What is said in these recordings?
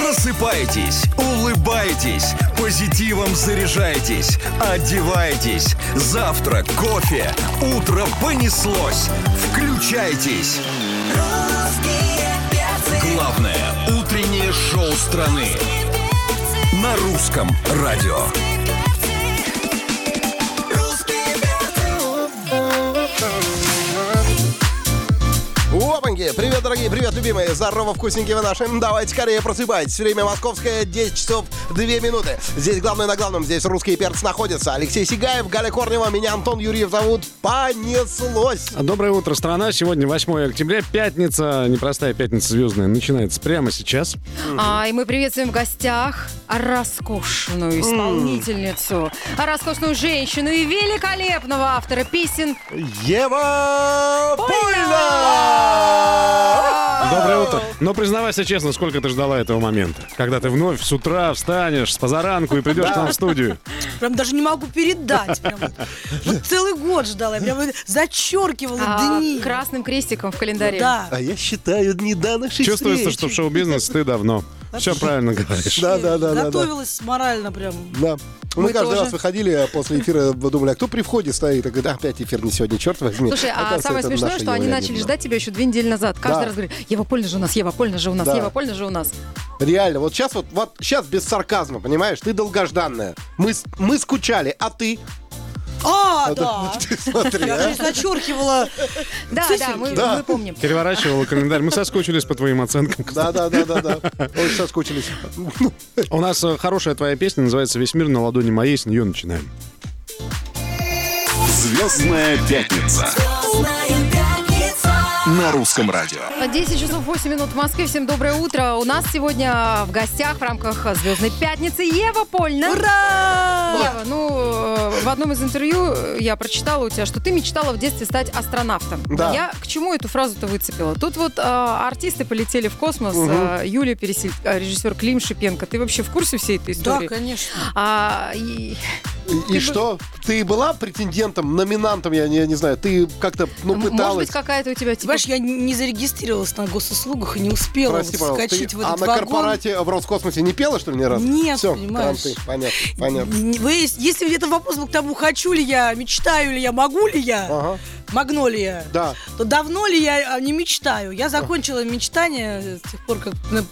Просыпайтесь, улыбайтесь, позитивом заряжайтесь, одевайтесь. Завтра кофе, утро понеслось. Включайтесь. Русские перцы, Главное утреннее шоу страны на русском радио. русские перцы, Опаньки! Привет, дорогие, привет, любимые! Здорово, вкусненькие вы наши! Давайте скорее просыпайтесь! Время московское, 10 часов 2 минуты. Здесь главное на главном, здесь русские перцы находятся. Алексей Сигаев, Галя Корнева, меня Антон Юрьев зовут. Понеслось! Доброе утро, страна. Сегодня 8 октября, пятница, непростая пятница звездная, начинается прямо сейчас. А, и мы приветствуем в гостях роскошную исполнительницу, роскошную женщину и великолепного автора песен. Ева Польна! Доброе утро. Но признавайся честно, сколько ты ждала этого момента? Когда ты вновь с утра встанешь с позаранку и придешь к нам в студию. Прям даже не могу передать. Прям вот- Вот целый год ждала. Я прям вот зачеркивала А, дни. красным крестиком в календаре. Да. А я считаю дни до нашей Чувствуется, встречи. что в шоу-бизнес ты давно. Все правильно говоришь. Да, да, да, да, да. Готовилась морально прям. Да. Мы, Мы каждый тоже. раз выходили после эфира, думали, а кто при входе стоит? Я говорю, да, опять эфир не сегодня, черт возьми. Слушай, а Оказывается, самое это смешное, наша что они Ева начали Леонидовна. ждать тебя еще две недели назад. Каждый Да. раз говорили, Ева Польна же у нас, Ева Польна же у нас, Да. Ева Польна же у нас. Реально, вот сейчас вот, вот сейчас без сарказма, понимаешь, ты долгожданная. Мы, с- мы скучали, а ты? А, А ты- да. ты смотри, Я а. же зачеркивала. Да, да, мы, Да. мы помним. Переворачивала календарь. Мы соскучились по твоим оценкам. Да, да, да, да, да. Ой, соскучились. У нас э, хорошая твоя песня называется «Весь мир на ладони моей». С нее начинаем. Звездная пятница звездная пятница, на русском радио. 10 часов 8 минут в Москве. Всем доброе утро. У нас сегодня в гостях в рамках Звездной пятницы Ева Польна. Ура! Ева, ну, э, в одном из интервью э, я прочитала у тебя, что ты мечтала в детстве стать астронавтом. Да. Я к чему эту фразу-то выцепила? Тут вот э, артисты полетели в космос. э, Юлия Пересиль, э, режиссер Клим Шипенко. Ты вообще в курсе всей этой Да, истории? конечно. А, и- И- И что? Ты была претендентом, номинантом, я не я не знаю, ты как-то, ну, м- Может быть, пыталась. какая-то у тебя... Ты типа, Понимаешь, я не зарегистрировалась на госуслугах и не успела Прости, вот пожалуйста, вскочить ты- в а этот на вагон. корпорате в Роскосмосе не пела, что ли, ни разу? Нет, Все, понимаешь. Понятно, понятно. Н- вы- если это вопрос был к тому, хочу ли я, мечтаю ли я, могу ли я, Ага, могу ли я, да. то давно ли я а, не мечтаю? Я закончила мечтание с тех пор, как ну,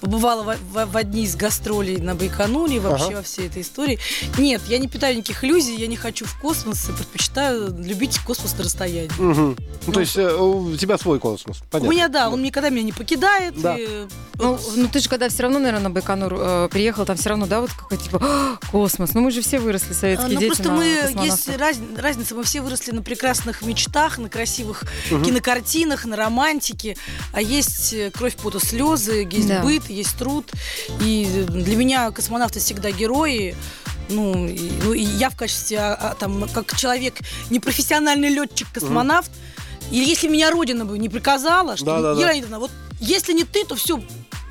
побывала в, в- в одни из гастролей на Байконуре, вообще Ага. во всей этой истории. Нет, я не питаю никаких иллюзий, я не хочу в космос и предпочитаю любить космос на расстоянии. Мгм. Ну, То есть э, у тебя свой космос, понятно. У меня, да, он никогда меня не покидает. Да. и- э, Ну, ну, ты же когда все равно, наверное, на Байконур э, приехал, там все равно, да, вот какой-то типа «А, космос. Ну, мы же все выросли, А, советские Ну, дети. просто на мы, космонавтах. есть раз- разница, мы все выросли на прекрасных мечтах, на красивых кинокартинах, на романтике, а есть э, кровь, пот и слезы, есть Да. быт, есть труд, и э, для меня космонавты всегда герои, ну, и, ну, и я в качестве, а, а, там, как человек, непрофессиональный летчик-космонавт, и если меня Родина бы не приказала, что, Да-да-да. Ира Леонидовна, вот если не ты, то все,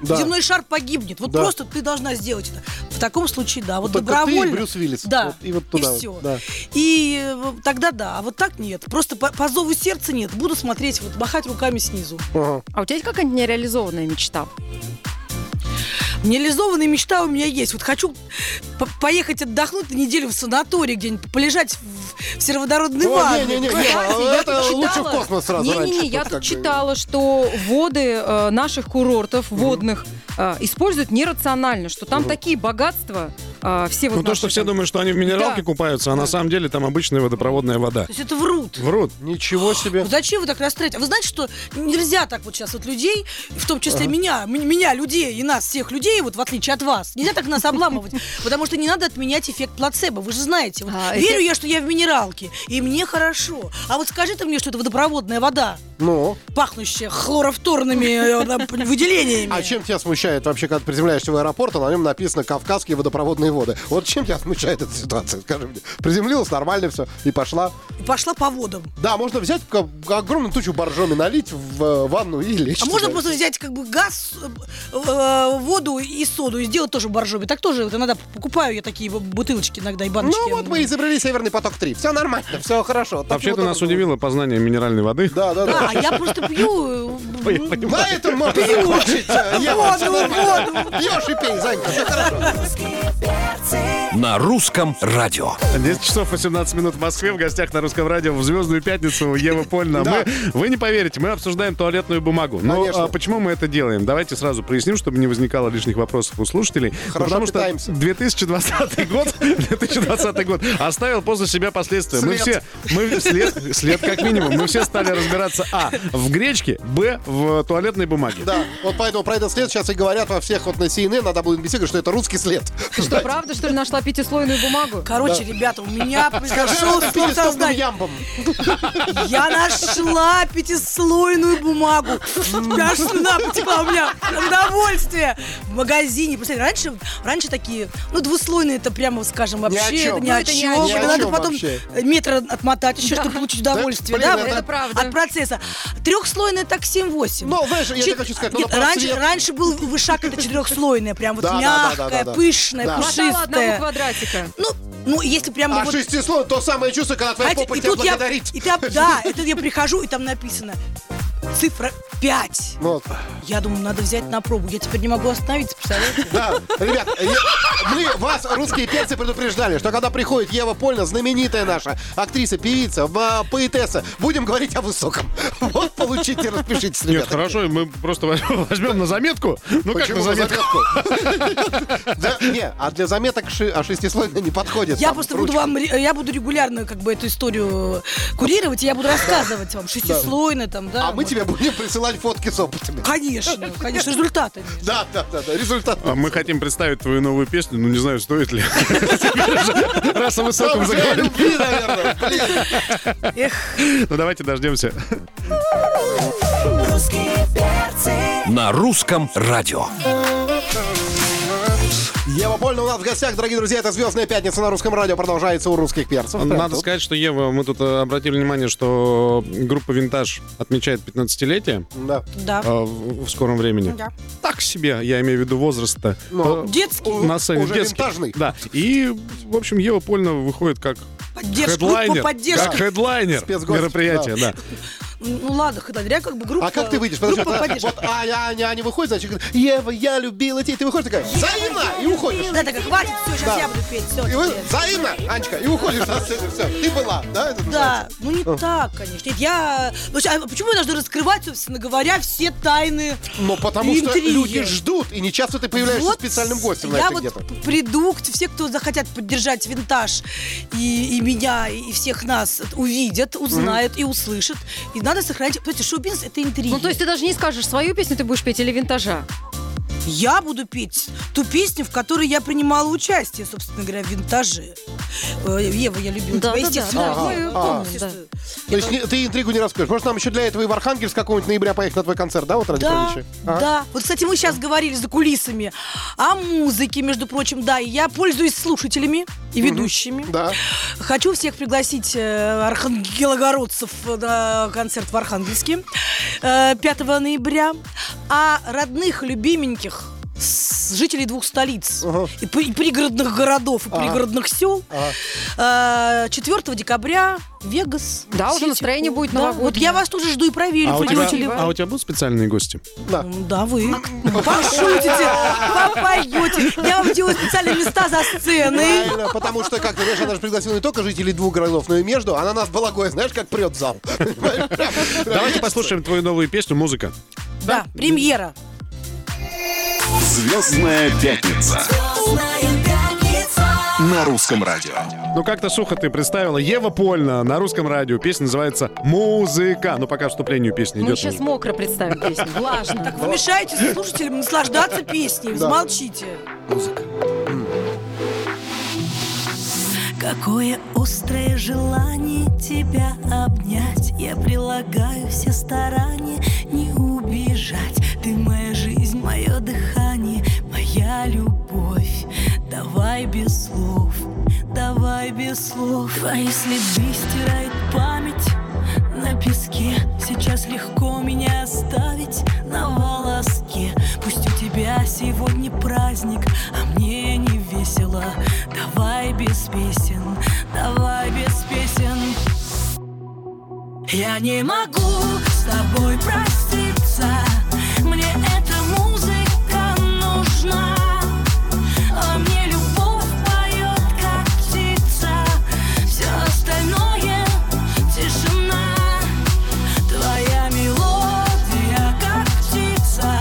Да. земной шар погибнет. Вот Да. просто ты должна сделать это. В таком случае, да. Вот, Ну, Вот только Ну, ты и добровольно. Брюс Уиллис. Да. Вот, и вот туда вот, всё. да. И э, тогда да, а вот так нет. Просто по, по зову сердца нет. Буду смотреть, вот махать руками снизу. Ага. А у тебя есть какая-нибудь нереализованная мечта? Нереализованная мечта у меня есть. Вот хочу по- поехать отдохнуть на неделю в санаторий где-нибудь, полежать в, в сероводородной О, ванне. не-не-не, Понимаете, Ева, я это тут лучше в читала. Ну, космос сразу раньше. Не-не-не, я Тут как тут бы- читала, что воды э, наших курортов водных э, используют нерационально, что там такие богатства э, все вот Ну, то, наши что все там- думают, что они в минералке Да. купаются, а на самом деле там обычная водопроводная вода. То есть это врут. Врут. Ничего себе. Ну, Зачем вы так расстраиваете? А Вы знаете, что нельзя так вот сейчас вот людей, в том числе меня, м- меня, людей и нас, всех людей, вот в отличие от вас, нельзя так нас обламывать, потому что не надо отменять эффект плацебо, вы же знаете. Вот А, верю эффект- я, что я в минералке, и мне хорошо. А вот скажи ты мне, что это водопроводная вода, Ну, пахнущая хлорофторными э, да, п- выделениями. а чем тебя смущает вообще, когда ты приземляешься в аэропорт, а на нем написано «Кавказские водопроводные воды». Вот чем тебя смущает эта ситуация, скажи мне? Приземлилась, нормально все, и пошла. И Пошла по водам. А Да, можно взять ко- огромную тучу боржоми, налить в э, ванну и лечь. А можно туда. Ну просто взять как бы газ, э, э, воду и соду и сделать тоже боржоми. Так тоже вот иногда покупаю я такие вот бутылочки иногда и баночки. Ну вот мы изобрели «Северный поток-3». Все нормально, все хорошо. Так Вообще-то вот нас это- удивило познание минеральной воды. Да, да, да. А я просто пью. э, м, На этом можно закончить. Э, Я вам всё Воду, нормально. воду. Пьешь и пей, Занька, все хорошо. на русском радио. 10 часов 18 минут в Москве. В гостях на Русском радио в «Звездную пятницу» у Евы Польна. Мы, вы не поверите, мы обсуждаем туалетную бумагу. Но Конечно. а, почему мы это делаем? Давайте сразу проясним, чтобы не возникало лишних вопросов у слушателей. Ну, Хорошо потому что питаемся. 2020 год, 2020 год оставил после себя последствия. Мы все, мы след, след как минимум, мы все стали разбираться, а, в гречке, б, в туалетной бумаге. Да, вот поэтому про этот след сейчас и говорят во всех вот на CNN, на WNBC, говорят, что это русский след. Что, правда, что ли, нашла пятислойную бумагу? Короче, ребята, у меня произошел Скажи, сбой переступным сознания. ямбом. Я нашла пятислойную бумагу. Аж слюна потекла типа, у меня. от удовольствия. В магазине. Представляете, раньше, раньше такие, ну, двуслойные это прямо, скажем, вообще чем. это ни Ну, о это ни чем. о Это чем. Ни о надо чем потом вообще. метр отмотать еще, чтобы получить удовольствие. блин, да, это от- правда. От процесса. Трехслойная так 7-8. Ну, знаешь, я тебе хочу сказать, ну, Нет, на раньше, просвет- раньше был вышаг это четырехслойная, прям вот Да, да, да, да, мягкая, да, да. пышная, Да. Хватало одного пушистая. квадратика. Ну, ну, если прямо А вот... шестислой, то самое чувство, когда твоя Знаете, попа и тебя тут я, благодарит. и там- да, это я прихожу, и там написано цифра 5. Вот. Я думаю, надо взять на пробу. Я теперь не могу остановиться, представляете? Да, ребят, я- мы вас, русские перцы, предупреждали, что когда приходит Ева Польна, знаменитая наша актриса, певица, м, поэтесса, будем говорить о высоком. Вот получите, распишитесь, Нет, ребята. хорошо, мы просто возьмем на заметку. Ну как Почему на за заметку? заметку? Да, не, а для заметок ши- а шестислойная не подходит. Я Там просто ручка. буду вам, ре- я буду регулярно как бы эту историю курировать, и я буду рассказывать вам шестислойно там, да. А мы вот. тебе будем присылать фотки с опытами. Конечно, конечно, результаты. Да, да, да, да, результат. А Мы хотим представить твою новую песню, но не знаю, стоит ли. Раз о высоком Уже о заговорили. любви, наверное. Эх, Ну давайте дождемся. Русские перцы. На русском радио. Ева Польна у нас в гостях, дорогие друзья. Это «Звездная пятница» на русском радио продолжается у русских перцев. Прям Надо тут. сказать, что Ева, мы тут э, обратили внимание, что группа Винтаж отмечает 15-летие Да. да. э, в в скором времени. Да. Так себе, я имею в виду возраст-то. Ну, Э, Детский. у- на сцене уже детский. винтажный. Да. И, в общем, Ева Польна выходит как Поддержка, группа хедлайнер. поддержка. Как хедлайнер Спецгость, мероприятия, да. Ну ладно, хедлайнер, я как бы группа А как ты выйдешь? Подожди, группа вот, поддержки. вот Аня, Аня, Аня выходит, значит, говорит, Ева, я любила тебя. И Ты выходишь такая, взаимно, и уходишь. Да, так, а хватит, все, сейчас Да. я буду петь, все. И вы, взаимно, Анечка, и уходишь на сцену, все, ты была, да? это Да, называется? ну не так, конечно. Нет, я... ну, а почему я должна раскрывать, собственно говоря, все тайны Но потому и что интриги? люди ждут, и не часто ты появляешься Вот специальным гостем на Я этой вот где-то. приду, к- все, кто захотят поддержать винтаж, и, и меня, и всех нас увидят, узнают и услышат. И надо сохранить... Понимаете, шоу-бизнес — это интриги. Ну, то есть ты даже не скажешь, свою песню ты будешь петь или винтажа? Я буду петь ту песню, в которой я принимала участие, собственно говоря, в винтаже. Э, Ева, я любила Да, да, тебя, да, естественно. да, мы мы помним, помним, естественно. То есть не- ты интригу не раскроешь. Может, нам еще для этого и в Архангельск какого-нибудь ноября поехать на твой концерт, да, вот ради Да, приличия? А? да. Вот, кстати, мы сейчас говорили за кулисами о музыке, между прочим, да. И я пользуюсь слушателями и ведущими. Да. Хочу всех пригласить э, архангелогородцев э, на концерт в Архангельске э, 5 ноября. А родных, любименьких с- жителей двух столиц Ага. и, при- и пригородных городов и Ага. пригородных сел э, 4 декабря Вегас Да, уже Сити настроение Холл. будет Да, вот новогоднее. я вас тоже жду и проверю А у, тебя, пользователи. а у тебя будут специальные гости? М, Да, вы. Пошутите, попоете. Я вам делаю специальные места за Ну сценой. Правильно, потому что, как ты знаешь, она же пригласила не только жителей двух городов, но и между. Она нас балагой, знаешь, как прет в зал. Давайте послушаем твою новую песню «Музыка». Да, премьера. Звездная пятница Звездная пятница. на русском радио. Ну как-то сухо ты представила. Ева Польна на русском радио. Песня называется «Музыка». Ну пока вступлению песни Мы идет. сейчас мокро представим песню, влажно. Вы мешаете слушателям наслаждаться песней. Замолчите. Какое острое желание тебя обнять Я прилагаю все старания не убежать Ты моя жизнь, мое дыхание, моя любовь Давай без слов, давай без слов Твои следы стирает память на песке Сейчас легко меня оставить на волоске Пусть у тебя сегодня праздник, а мне не весело Давай без песен, давай без песен я не могу с тобой проститься. Мне эта музыка нужна, а мне любовь поет, как птица. Все остальное тишина. Твоя мелодия, как птица,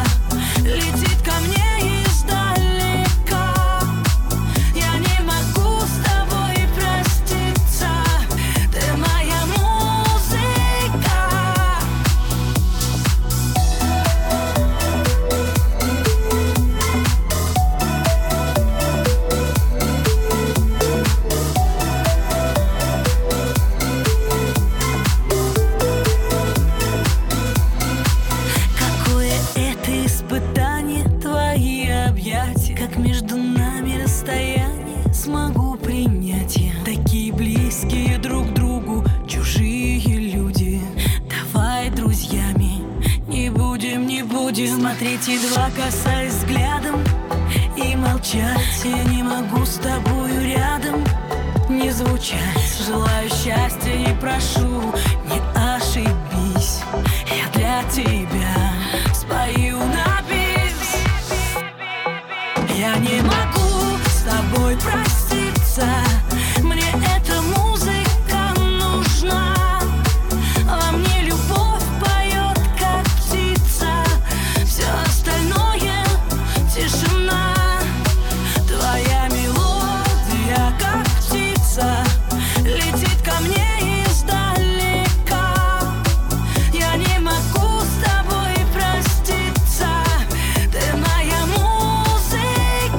летит ко мне издалека. Я не могу с тобой проститься, ты моя музыка. Какое это испытание, твои объятия, как между нами расстояние смогу принять я. Такие близкие друг другу, чужие люди. Давай друзьями не будем, не будем смотреть едва касаясь взглядом и молчать. Я не могу с тобою рядом не звучать. Желаю счастья и прошу, не ошибись. Я для тебя спою напись. Я не могу с тобой проститься. Мне эта музыка нужна. Во мне любовь поет, как птица. Все остальное тишина. Твоя мелодия, как птица, летит ко мне издалека. Я не могу с тобой проститься, ты моя музыка.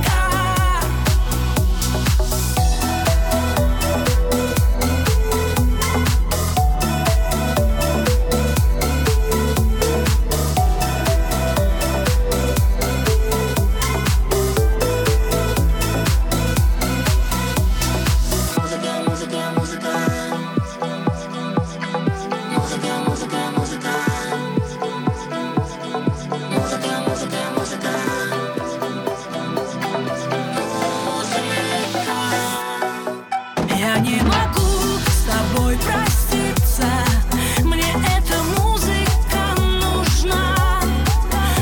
Я не могу с тобой проститься. Мне эта музыка нужна.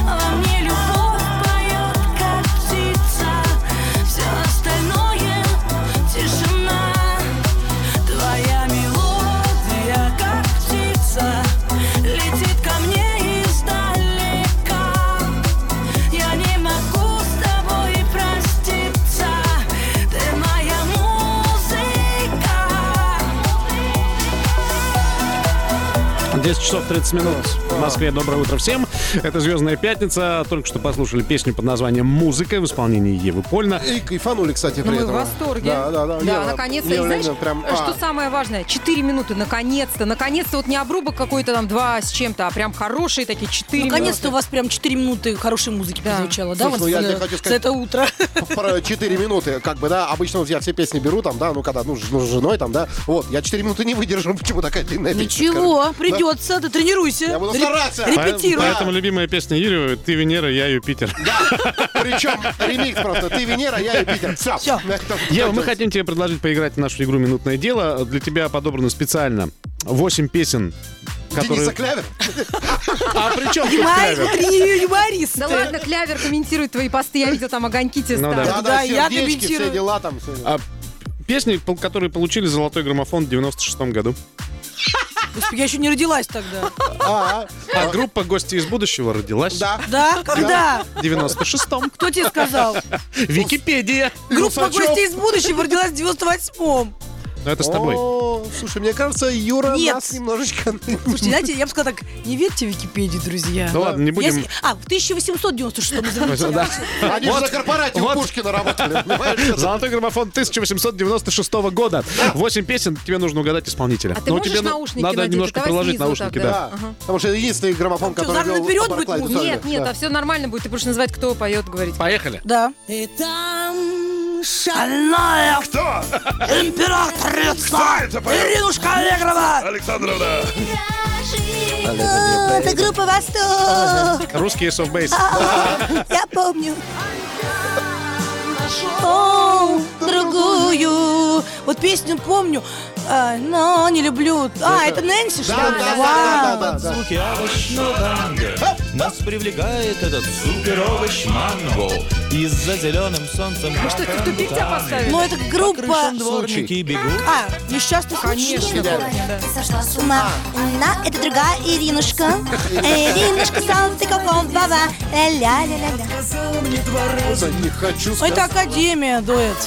Во мне любовь поет, как птица. Все остальное тишина. Твоя мелодия, как птица, летит ко мне издалека. Я не могу с тобой проститься, ты моя музыка. 10 часов 30 минут в Москве. Доброе утро всем. Это «Звездная пятница». Только что послушали песню под названием «Музыка» в исполнении Евы Польна. И кайфанули, кстати, Ну, при мы в этом. восторге. Да, да, да. Ева- наконец-то. И Ева знаешь, э, Леонидовна прям, а, что самое важное? Четыре минуты, наконец-то. Наконец-то вот не обрубок какой-то там два с чем-то, а прям хорошие такие четыре Наконец-то у минуты. вас прям 4 минуты хорошей музыки Да. прозвучало, да? вот Слушай, э, ну, я за- тебе хочу за сказать- это утро. про 4 минуты, как бы, да, обычно вот я все песни беру, там, да, ну, когда, ну, ж- ну, с женой, там, да, вот, я 4 минуты не выдержу, почему такая длинная песня, скажи. Ничего, придется, ты тренируйся. Я буду Реп- стараться. Репетируй. Поэтому любимая песня Юрьева «Ты Венера, я Юпитер». Да, причем ремикс просто, ты Венера, я Юпитер, все. Всё. Ева, мы хотим тебе предложить поиграть в нашу игру «Минутное дело». Для тебя подобрано специально 8 песен, Дениса которые... Клявер? А при чем тут Ай, Клявер? трени- юморист. Да ладно, Клявер комментирует твои посты, я видел там огоньки тебе Ну да. ставят. Да, да, да, я сердечки, все комментирую. дела там. всё. А Песни, пол- которые получили золотой граммофон в 96 году. Господи, я еще не родилась тогда. А, А группа «Гости из будущего» родилась да. Да? Когда? в 96-м. Кто тебе сказал? Википедия. Группа Усачев. гостей из будущего родилась в 98-м. Но Ну, это с тобой. О, слушай, мне кажется, Юра Нет. нас немножечко... Слушайте, знаете, я бы сказала так, не верьте Википедии, друзья. Ну ладно, не будем... Если- А, в 1896-м. извините. Да. Они же за корпоратив вот. Пушкина работали, понимаешь? Золотой граммофон 1896 года. 8 песен, тебе нужно угадать исполнителя. Ну, А ты можешь тебе на- наушники надо надеть? немножко Давай приложить снизу наушники, так, да. Да, потому что единственный граммофон, что, который Зара вел наперед Барклай, будет это Зара, Нет, нет, Ну, да. а все нормально будет, ты будешь называть, кто поет, говорить. Поехали. Да. И там Шальная! Кто? Императрица! Иринушка Аллегрова! Это группа Восток! Русские софтбейс. Я помню. О, другую. Вот песню помню. А, но не люблю. А, это Нэнси, что Да, ли? да, да, Вау. да, да, да. звуки овощного танго Нас привлекает этот супер овощ манго И за зеленым солнцем Мы Что, это в тупик тебя поставили? Но Ну, это группа... Дворники бегут А, несчастный случай. Конечно. Ты сошла с ума. Она, это другая Иринушка. Э, Иринушка, солнце, коком, баба. Ля-ля-ля-ля. Не хочу Это Академия дуэт.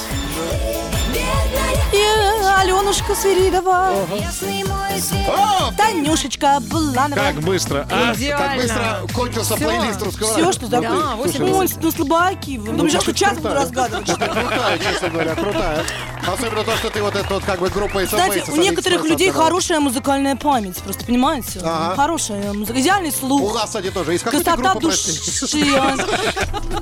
И э, Аленушка Свиридова, Ясный мой свет. О, Танюшечка Как Буланова. быстро, а? Ну, как Идеально. быстро кончился Всё. плейлист русского радио. Все, что Да, забыли. восемь Ой, ну слабаки вы. Думаю, сейчас Маша что час буду крутая. разгадывать. Крутая, честно говоря, крутая. Особенно то, что ты вот эта вот как бы группа из Кстати, у некоторых людей хорошая музыкальная память, просто понимаете? Ага. Хорошая музыка, идеальный У слух, нас, кстати, тоже. Из какой ты красота группы, прости? души,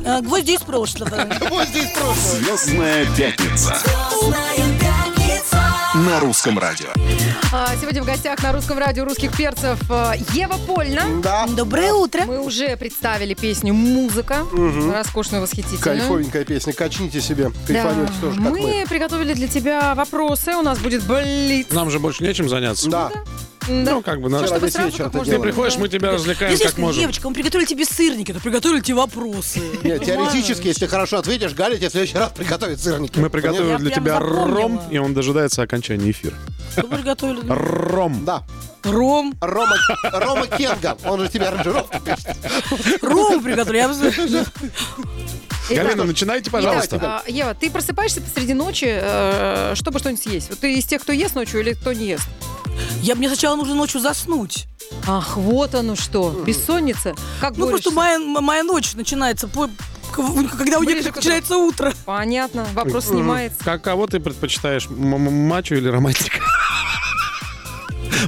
э, гвозди из прошлого. Вот здесь просто. Звездная пятница Звездная пятница. на русском радио. А, Сегодня в гостях на русском радио русских перцев а, Ева Польна. Да, Доброе утро. Мы уже представили песню «Музыка», роскошную, восхитительную. кайфовенькая песня. Качните себе. Да. Кайфанете тоже, как мы, мы. приготовили для тебя вопросы. У нас будет блиц. Нам же больше нечем заняться. Да. Да. Ну, как бы Вчера надо. чтобы весь сразу вечер как ты можно Ты делала. было. приходишь, мы тебя развлекаем Если как скажешь, можем. девочка, мы приготовили тебе сырники, то приготовили тебе вопросы. Нет, теоретически, если ты хорошо ответишь, Галя тебе в следующий раз приготовит сырники. Мы приготовили Я для прям тебя запомнила. ром, и он дожидается окончания эфира. Что вы приготовили? Ром. Да. Ром. Рома, Рома Кенга. Он же тебе аранжировку пишет. Ром приготовили. Я бы сказала, Галина, начинайте, пожалуйста. Итак, а, Ева, ты просыпаешься посреди ночи, э, чтобы что-нибудь съесть. Вот ты из тех, кто ест ночью или кто не ест? Я мне сначала нужно ночью заснуть. Ах, вот оно что, бессонница. Как Ну, борешься? просто моя, моя ночь начинается, по- к- когда у Ближе некоторых к утру. начинается утро. Понятно, вопрос снимается. Как кого ты предпочитаешь, м- м- мачо или романтика?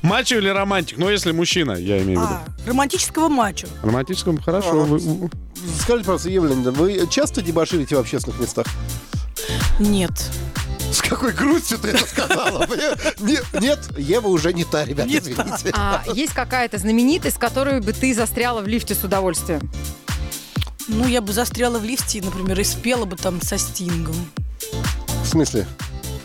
Мачо или романтик? Ну, если мужчина, я имею в виду. А, романтического мачо. Романтическом хорошо. вы- у- Скажите, просто, Евлина, вы часто дебоширите в общественных местах? Нет. С какой грустью ты это сказала? понимаешь? Нет, нет, Ева уже не та, ребята, извините. А есть какая-то знаменитость, которую бы ты застряла в лифте с удовольствием? Ну, я бы застряла в лифте, например, и спела бы там со стингом. В смысле?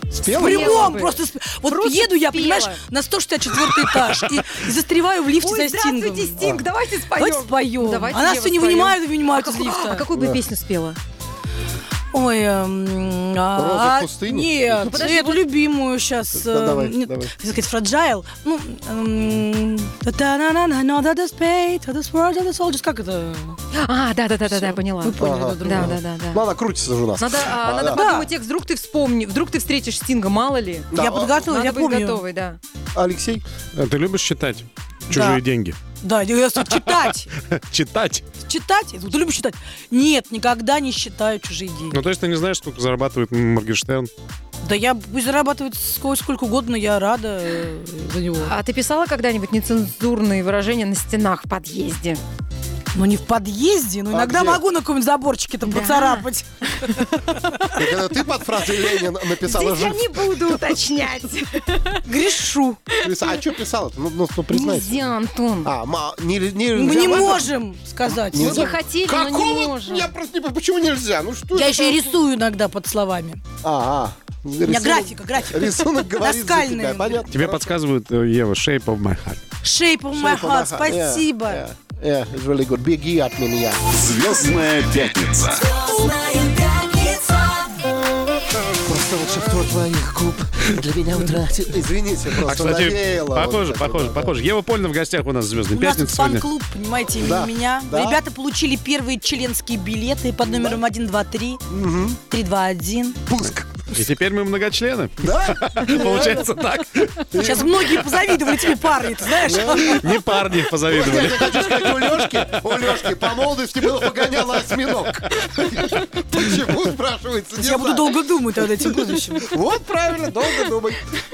В Спела? прямом бы. просто... сп- Вот Просто еду я, спела. понимаешь, на 164 этаж и, и застреваю в лифте со стингом. А. Стинг, давайте споем. Давайте споем. Давайте, Она Ева, все А не споем. вынимает и вынимает из А лифта. какую бы песню спела? Ой, эм, Роза а, в пустыне? Нет, Ну, подожди, эту вот- любимую сейчас. Да, давай, давай. Хотел сказать, фраджайл. Ну, эм, «Та-та-на-на-на, not that is paid, that is worth, that is all». Just Как это? А, да, да, да, да, да, поняла. Вы поняли друг друга. Да, да, да, да. Ну, она крутится же у нас. Надо, а, А, да. надо подумать текст, вдруг ты вспомни, вдруг ты встретишь Стинга, мало ли. Да, Я а- подготовила, Надо Ну, я быть помню. готовой, да. Алексей? А Ты любишь читать чужие Да. деньги? Да, я говорю, читать. Читать? Читать? Ты любишь читать? Нет, никогда не считаю чужие деньги. Ну, то есть ты не знаешь, сколько зарабатывает Моргенштерн? Да я пусть зарабатывает сколько, сколько угодно, я рада э, за него. А ты писала когда-нибудь нецензурные выражения на стенах в подъезде? Но «Ну, не в подъезде, но А иногда где? могу на каком-нибудь заборчике там поцарапать. И когда ты под фразой Ленин написала жив. не буду уточнять. Грешу. А что писала? Ну, ну, ну, признайся. Нельзя, Антон. А, ма, не, не, Мы нельзя, не ладно? можем сказать. Мы Нельзя. бы хотели, но не Какого? можем. Я просто не... по- Почему нельзя? Ну что это Я еще и такое? рисую иногда под словами. А, а. У меня графика, графика. Рисунок говорит за Наскальные. тебя, понятно? Тебе Хорошо. подсказывают, э, Ева, shape of my heart. Shape Shape of my of my heart, heart. спасибо. Yeah, yeah, it's really э, good. Беги от меня. Звездная пятница. Звездная пятница. Просто волшебство твоих губ для меня утратит. Извините, просто А, кстати, навеяло. похоже, Вот похоже, это, да, похоже. Ева Польна в гостях у нас в «Звездной У нас тут пятнице» сегодня. фан-клуб, понимаете, имени Да, меня. да. Ребята получили первые членские билеты под номером 123, 321. да. Пуск. И теперь мы многочлены. Да? Получается так. Ну, Сейчас многие позавидовали тебе, парни, ты знаешь? Не парни Я позавидовали. хочу сказать, у Лешки, у Лешки по молодости было погоняло осьминог. Почему, спрашивается, не Я буду знаю. долго думать над этим будущим. Вот правильно, долго думай.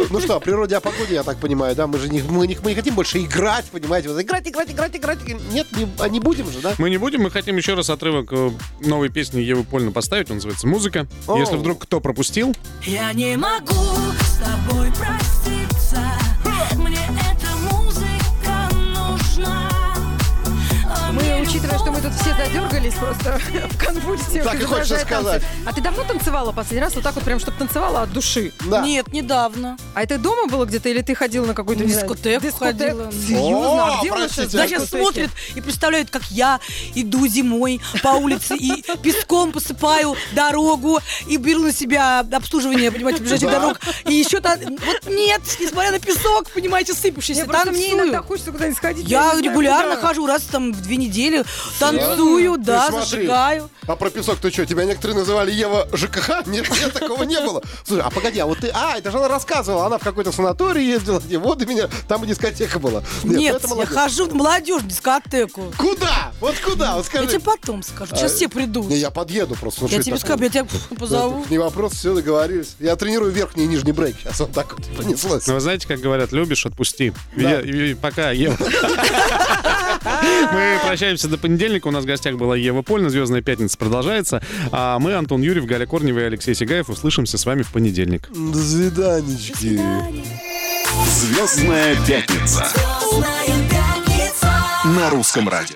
Ну что, о природе, о погоде, я так понимаю, да? Мы же не, мы не, мы не хотим больше играть, понимаете? Вот играть, играть, играть, играть. Нет, не, а не будем же, да? Мы не будем, мы хотим еще раз отрывок э, новой песни Евы Польны поставить. Он называется «Музыка». Оу. Если вдруг кто пропустил, Я не могу с тобой проститься Мне эта музыка нужна А Мы учитывая, что мы тут все задергались просто в конвульсиях. Так и изображая хочется танцы. сказать. А ты давно танцевала последний раз? Вот так вот прям, чтобы танцевала от души. Да. Нет, недавно. А это дома было где-то или ты ходила на какую-то не знаю, Дискотеку ходила. Серьезно? А О, где у нас простите. сейчас Да, сейчас дискотеки? смотрят и представляют, как я иду зимой по улице и песком посыпаю дорогу и беру на себя обслуживание, понимаете, ближайших дорог. И еще там... Вот нет, несмотря на песок, понимаете, Не, сыпущийся, просто мне иногда танцую. хочется куда-нибудь сходить. Я не знаю, регулярно куда. хожу раз там в две недели, танцую, да, Ты смотри. зажигаю. А про песок ты что, тебя некоторые называли Ева ЖКХ? Нет, нет, такого не было. Слушай, а погоди, а вот ты... А, это же она рассказывала, она в какой-то санаторий ездила, где воды меня, там и дискотека была. ну Нет, это я молодец. хожу в молодежь дискотеку. Куда? Вот куда? Вот Я скажи. тебе потом скажу, сейчас все придут. Не, я подъеду просто. А, ну Я что тебе это скажу, я такое? тебя позову. Да, Не вопрос, все договорились. Я тренирую верхний и нижний брейк. Сейчас вот так вот понеслось. Ну, вы знаете, как говорят, любишь, отпусти. Я- и- и пока, Ева. Мы прощаемся до понедельника. У нас в гостях была Ева Польна. Звездная пятница продолжается. А мы, Антон Юрьев, Галя Корнева и Алексей Сигаев, услышимся с вами в понедельник. До свиданечки. Звездная пятница Звездная пятница. на русском радио.